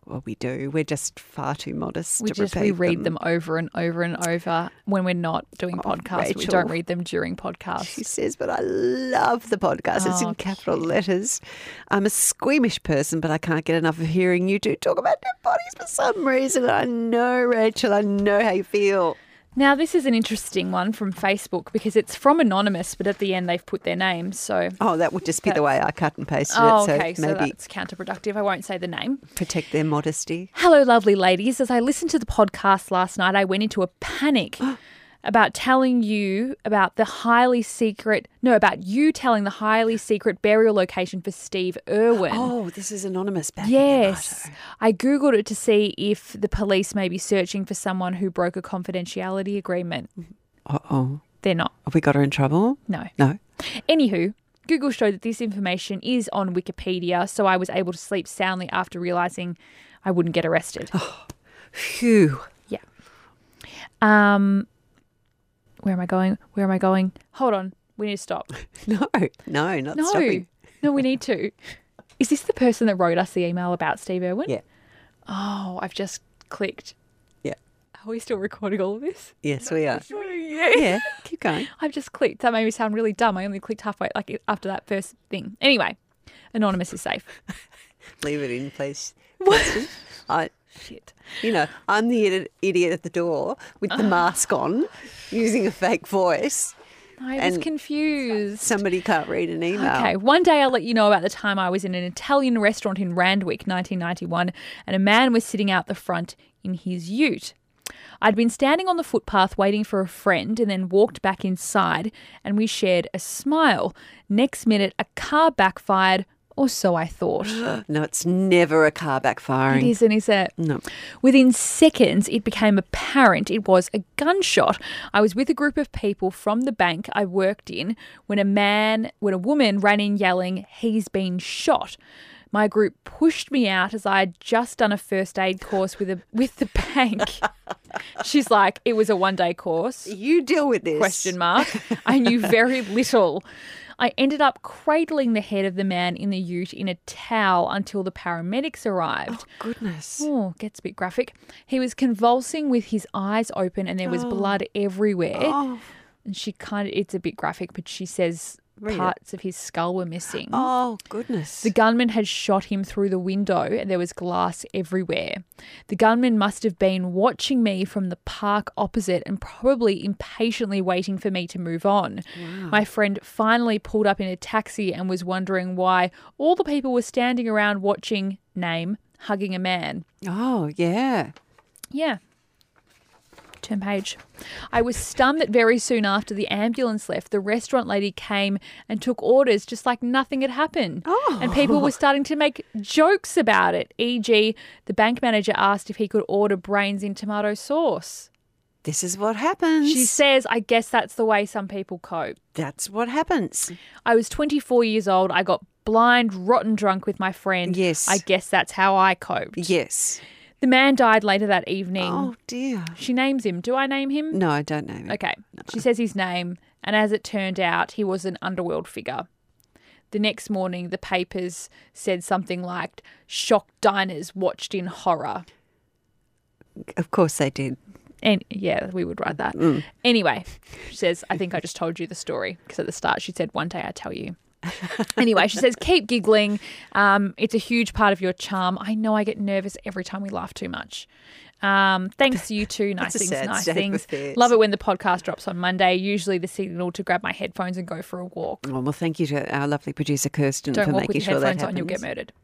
S2: Well, we do. We're just far too modest
S3: We
S2: to
S3: just
S2: repeat
S3: reread them. over and over and over when we're not doing podcasts. We
S2: Oh, Rachel.
S3: don't read them during podcasts.
S2: She says, but I love the podcast. it's in
S3: Oh,
S2: capital letters. I'm a squeamish person, but I can't get enough of hearing you two talk about dead bodies for some reason. I know, Rachel. I know how you feel.
S3: Now, this is an interesting one from Facebook because it's from Anonymous, but at the end they've put their name. So,
S2: Oh, that would just be the
S3: That's-
S2: way I cut and pasted
S3: oh,
S2: it. So
S3: okay. So
S2: maybe
S3: that's counterproductive. I won't say the name.
S2: protect their modesty.
S3: Hello, lovely ladies. As I listened to the podcast last night, I went into a panic about telling you about the highly secret, no, about you telling the highly secret burial location for Steve Irwin.
S2: Oh, this is anonymous. Back
S3: Yes. I Googled it to see if the police may be searching for someone who broke a confidentiality agreement.
S2: Uh oh.
S3: They're not.
S2: Have we got her in trouble?
S3: No.
S2: No.
S3: Anywho, Google showed that this information is on Wikipedia, so I was able to sleep soundly after realizing I wouldn't get arrested.
S2: Phew.
S3: Yeah. Um, where am I going? Where am I going? Hold on, we need to stop.
S2: No. No, not
S3: No,
S2: stopping.
S3: no, we need to. Is this the person that wrote us the email about Steve Irwin?
S2: Yeah.
S3: Oh, I've just clicked.
S2: Yeah.
S3: Are we still recording all of this?
S2: Yes, we are.
S3: Yeah.
S2: Yeah. Keep going.
S3: I've just clicked. That made me sound really dumb. I only clicked halfway, like after that first thing. Anyway, anonymous is safe.
S2: Leave it in, please.
S3: What?
S2: Kirsty. I,
S3: Shit.
S2: You know, I'm the idiot, idiot at the door with the mask on, using a fake voice.
S3: I was
S2: And-
S3: confused.
S2: Somebody can't read an email.
S3: Okay, one day I'll let you know about the time I was in an Italian restaurant in Randwick, 1991, and a man was sitting out the front in his ute. I'd been standing on the footpath waiting for a friend and then walked back inside, and we shared a smile. Next minute, a car backfired, or so I thought.
S2: No, it's never a car backfiring.
S3: It isn't, is it?
S2: No.
S3: Within seconds, it became apparent it was a gunshot. I was with a group of people from the bank I worked in when a man, when a woman ran in yelling, "He's been shot." My group pushed me out as I had just done a first aid course with a with the bank. She's like, "It was a one day course."
S2: You deal with this.
S3: Question mark. I knew very little. I ended up cradling the head of the man in the ute in a towel until the paramedics arrived.
S2: Goodness.
S3: Oh, gets a bit graphic. He was convulsing with his eyes open and there was blood everywhere.
S2: Oh.
S3: And she kind of, it's a bit graphic, but she says
S2: Read it.
S3: parts of his skull were missing.
S2: Oh, goodness.
S3: The gunman had shot him through the window and there was glass everywhere. The gunman must have been watching me from the park opposite and probably impatiently waiting for me to move on. My friend finally pulled up in a taxi and was wondering why all the people were standing around watching, name, hugging a man.
S2: oh, yeah.
S3: Yeah. Turn page. I was stunned that very soon after the ambulance left, the restaurant lady came and took orders just like nothing had happened.
S2: Oh.
S3: And people were starting to make jokes about it. E.g., the bank manager asked if he could order brains in tomato sauce.
S2: This is what happens.
S3: She says, I guess that's the way some people cope.
S2: That's what happens.
S3: I was 24 years old. I got blind, rotten drunk with my friend.
S2: Yes.
S3: I guess that's how I coped.
S2: Yes.
S3: The man died later that evening.
S2: Oh, dear.
S3: She names him. Do I name him?
S2: No, I don't know.
S3: Okay. She says his name, and as it turned out, he was an underworld figure. The next morning, the papers said something like, Shocked diners watched in horror.
S2: Of course they did.
S3: And yeah, we would write that.
S2: Mm.
S3: Anyway, she says, I think I just told you the story because at the start she said, One day I tell you. anyway, she says, Keep giggling. Um, it's a huge part of your charm. I know I get nervous every time we laugh too much. Um, thanks to you two. Nice
S2: a
S3: things,
S2: sad
S3: nice
S2: state of
S3: things.
S2: affairs.
S3: Love it when the podcast drops on Monday. Usually the signal to grab my headphones and go for a walk.
S2: Oh, Well, well, thank you to our lovely producer Kirsten
S3: Don't
S2: for
S3: walk with
S2: making
S3: your
S2: sure that
S3: headphones
S2: happens.
S3: on, you'll get murdered.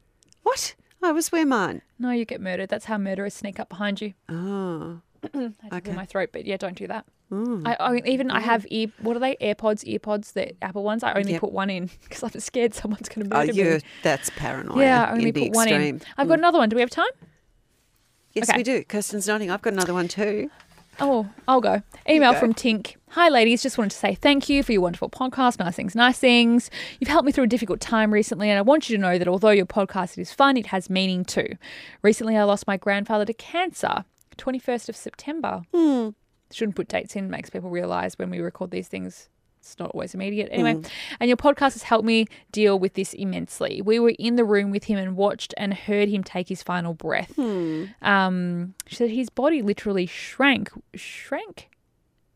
S2: What? I was wear mine.
S3: No, you get murdered. That's how murderers sneak up behind you.
S2: Oh,
S3: I had to clear my throat, but yeah, don't do that.
S2: Mm.
S3: I, I even I have ear what are they AirPods, earpods, the Apple ones. I only
S2: Yep.
S3: put one in because I'm scared someone's going to
S2: oh
S3: murder
S2: you
S3: me.
S2: that's paranoia.
S3: Yeah, I only
S2: in the
S3: put one
S2: extreme. Mm.
S3: in. I've got another one. Do we have time?
S2: Yes,
S3: Okay.
S2: we do. Kirsten's nodding. I've got another one too.
S3: Oh, I'll go. Email
S2: go.
S3: from Tink. Hi, ladies. Just wanted to say thank you for your wonderful podcast. Nice things, nice things. You've helped me through a difficult time recently, and I want you to know that although your podcast is fun, it has meaning too. Recently, I lost my grandfather to cancer, 21st of September. Shouldn't put dates in, makes people realize when we record these things. It's not always immediate. Anyway, and your podcast has helped me deal with this immensely. We were in the room with him and watched and heard him take his final breath um, she said his body literally shrank. Shrank?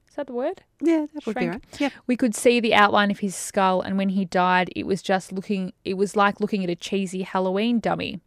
S3: Is that the word?
S2: Yeah, that would be
S3: Shrink.
S2: right. Yep.
S3: We could see the outline of his skull, and when he died, it was just looking, it was like looking at a cheesy Halloween dummy.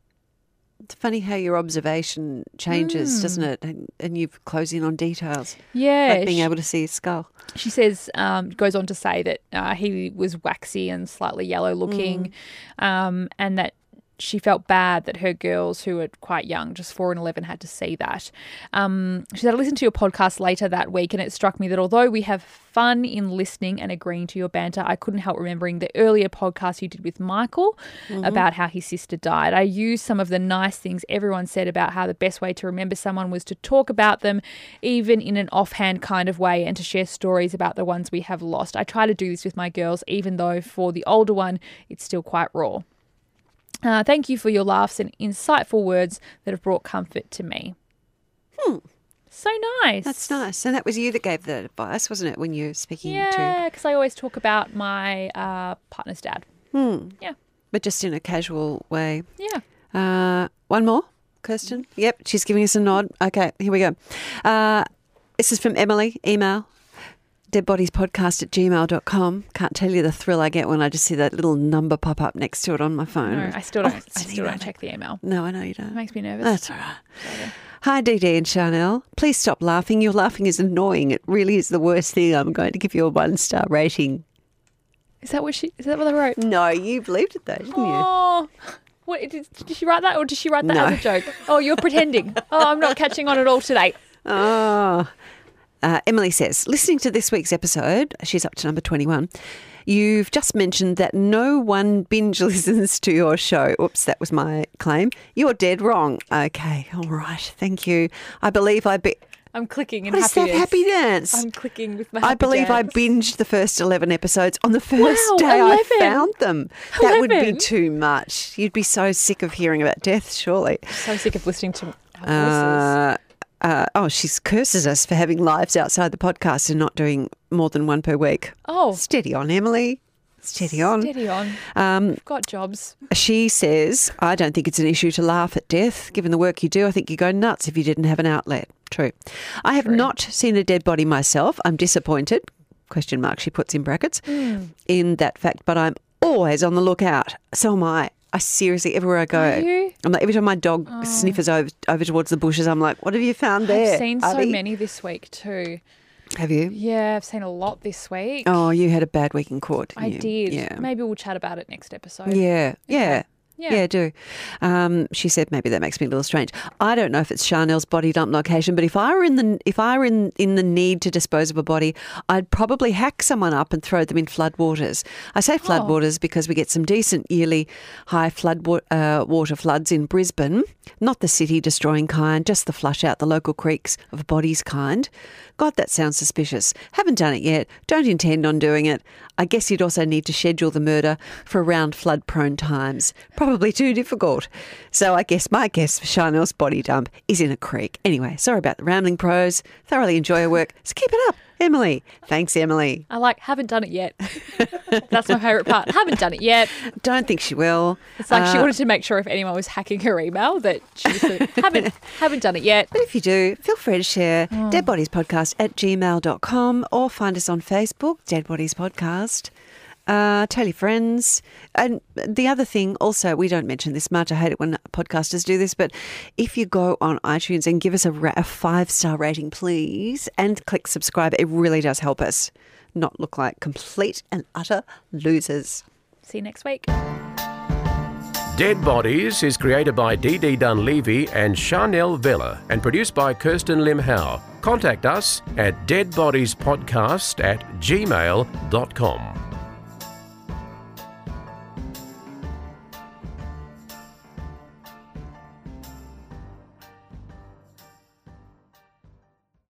S2: It's funny how your observation
S3: Hmm.
S2: changes, doesn't it? And, and you close in on details,
S3: Yeah.
S2: like being
S3: she-
S2: able to see a skull.
S3: She says, um, goes on to say that uh, he was waxy and slightly yellow looking, um, and that she felt bad that her girls who were quite young, just four and 11, had to see that. Um, she said, I listened to your podcast later that week, and it struck me that although we have fun in listening and agreeing to your banter, I couldn't help remembering the earlier podcast you did with Michael about how his sister died. I used some of the nice things everyone said about how the best way to remember someone was to talk about them, even in an offhand kind of way, and to share stories about the ones we have lost. I try to do this with my girls, even though for the older one, it's still quite raw. Uh, thank you for your laughs and insightful words that have brought comfort to me. Hmm. So nice.
S2: That's nice. And that was you that gave that advice, wasn't it? When you were speaking to,
S3: Yeah, because I always talk about my uh, partner's dad. Yeah,
S2: but just in a casual way.
S3: yeah.
S2: Uh, one more, Kirsten. Yep, she's giving us a nod. Okay, here we go. Uh, this is from Emily, email deadbodiespodcast at gmail.com. Can't tell you the thrill I get when I just see that little number pop up next to it on my phone.
S3: No, I still don't.
S2: Oh,
S3: Hmm. I
S2: it's an
S3: still don't
S2: email.
S3: check the email.
S2: No, I know you don't.
S3: It makes me nervous.
S2: That's all right. Hi, DD and Chanel. Please stop laughing. Your laughing is annoying. It really is the worst thing. I'm going to give you a one star rating.
S3: Is that what she? Is that what I wrote?
S2: No, you believed it though, didn't you?
S3: Oh, what did, did she write that, or did she write that
S2: No.
S3: as a joke? Oh, you're pretending. oh, I'm not catching on at all today.
S2: Oh. Uh, Emily says, listening to this week's episode, she's up to number 21. You've just mentioned that no one binge listens to your show. Oops, that was my claim. You're dead wrong. Okay, all right, thank you. I believe I. Be-
S3: I'm clicking in
S2: what is
S3: happiness.
S2: that happy dance?
S3: I'm clicking with my.
S2: I
S3: happy
S2: believe I
S3: dance.
S2: binged the first 11 episodes on the first
S3: Wow,
S2: day
S3: 11.
S2: I found them. That would be
S3: 11.
S2: too much. You'd be so sick of hearing about death, surely.
S3: So sick of listening to our voices.
S2: Uh, uh, oh, she curses us for having lives outside the podcast and not doing more than one per week.
S3: oh,
S2: Steady on, Emily. Steady on.
S3: Steady on.
S2: Um,
S3: We've got jobs.
S2: she says, I don't think it's an issue to laugh at death. Given the work you do, I think you go nuts if you didn't have an outlet. True. I have not seen a dead body myself. I'm disappointed. Question mark she puts in brackets
S3: Hmm.
S2: in that fact, but I'm always on the lookout. So am I. I seriously, everywhere I go,
S3: Are you? Oh.
S2: I'm like every time my dog sniffers over over towards the bushes, I'm like, what have you found there?
S3: I've seen so
S2: Abby?"
S3: many this week too.
S2: Have you?
S3: Yeah, I've seen a lot this week.
S2: Oh, you had a bad week in court. didn't
S3: I
S2: you?
S3: did.
S2: Yeah.
S3: Maybe we'll chat about it next episode.
S2: Yeah, yeah.
S3: Yeah.
S2: Yeah. do. Um, she said maybe that makes me a little strange. I don't know if it's Charnel's body dump location, but if I were in the if I were in, in the need to dispose of a body, I'd probably hack someone up and throw them in floodwaters. I say floodwaters because we get some decent yearly high flood wa- uh, water floods in Brisbane, not the city destroying kind, just the flush out the local creeks of bodies kind. God, that sounds suspicious. Haven't done it yet. Don't intend on doing it. I guess you'd also need to schedule the murder for around flood prone times. Probably too difficult. So I guess my guess for Charnel's body dump is in a creek. Anyway, sorry about the rambling prose. Thoroughly enjoy her work. So keep it up, Emily. Thanks, Emily.
S3: I like haven't done it yet. That's my favourite part. Haven't done it yet.
S2: Don't think she will.
S3: It's like she
S2: Uh,
S3: wanted to make sure if anyone was hacking her email that she was the- haven't haven't done it yet.
S2: But if you do, feel free to share deadbodiespodcast at gmail.com or find us on Facebook, Dead Bodies Podcast. Uh, tell your friends. And the other thing, also, we don't mention this much. I hate it when podcasters do this, but if you go on iTunes and give us a, ra- a five star rating, please, and click subscribe, it really does help us not look like complete and utter losers.
S3: See you next week.
S1: Dead Bodies is created by DD Dunleavy and Chanel Vella and produced by Kirsten Lim Howe. Contact us at deadbodiespodcast at gmail.com.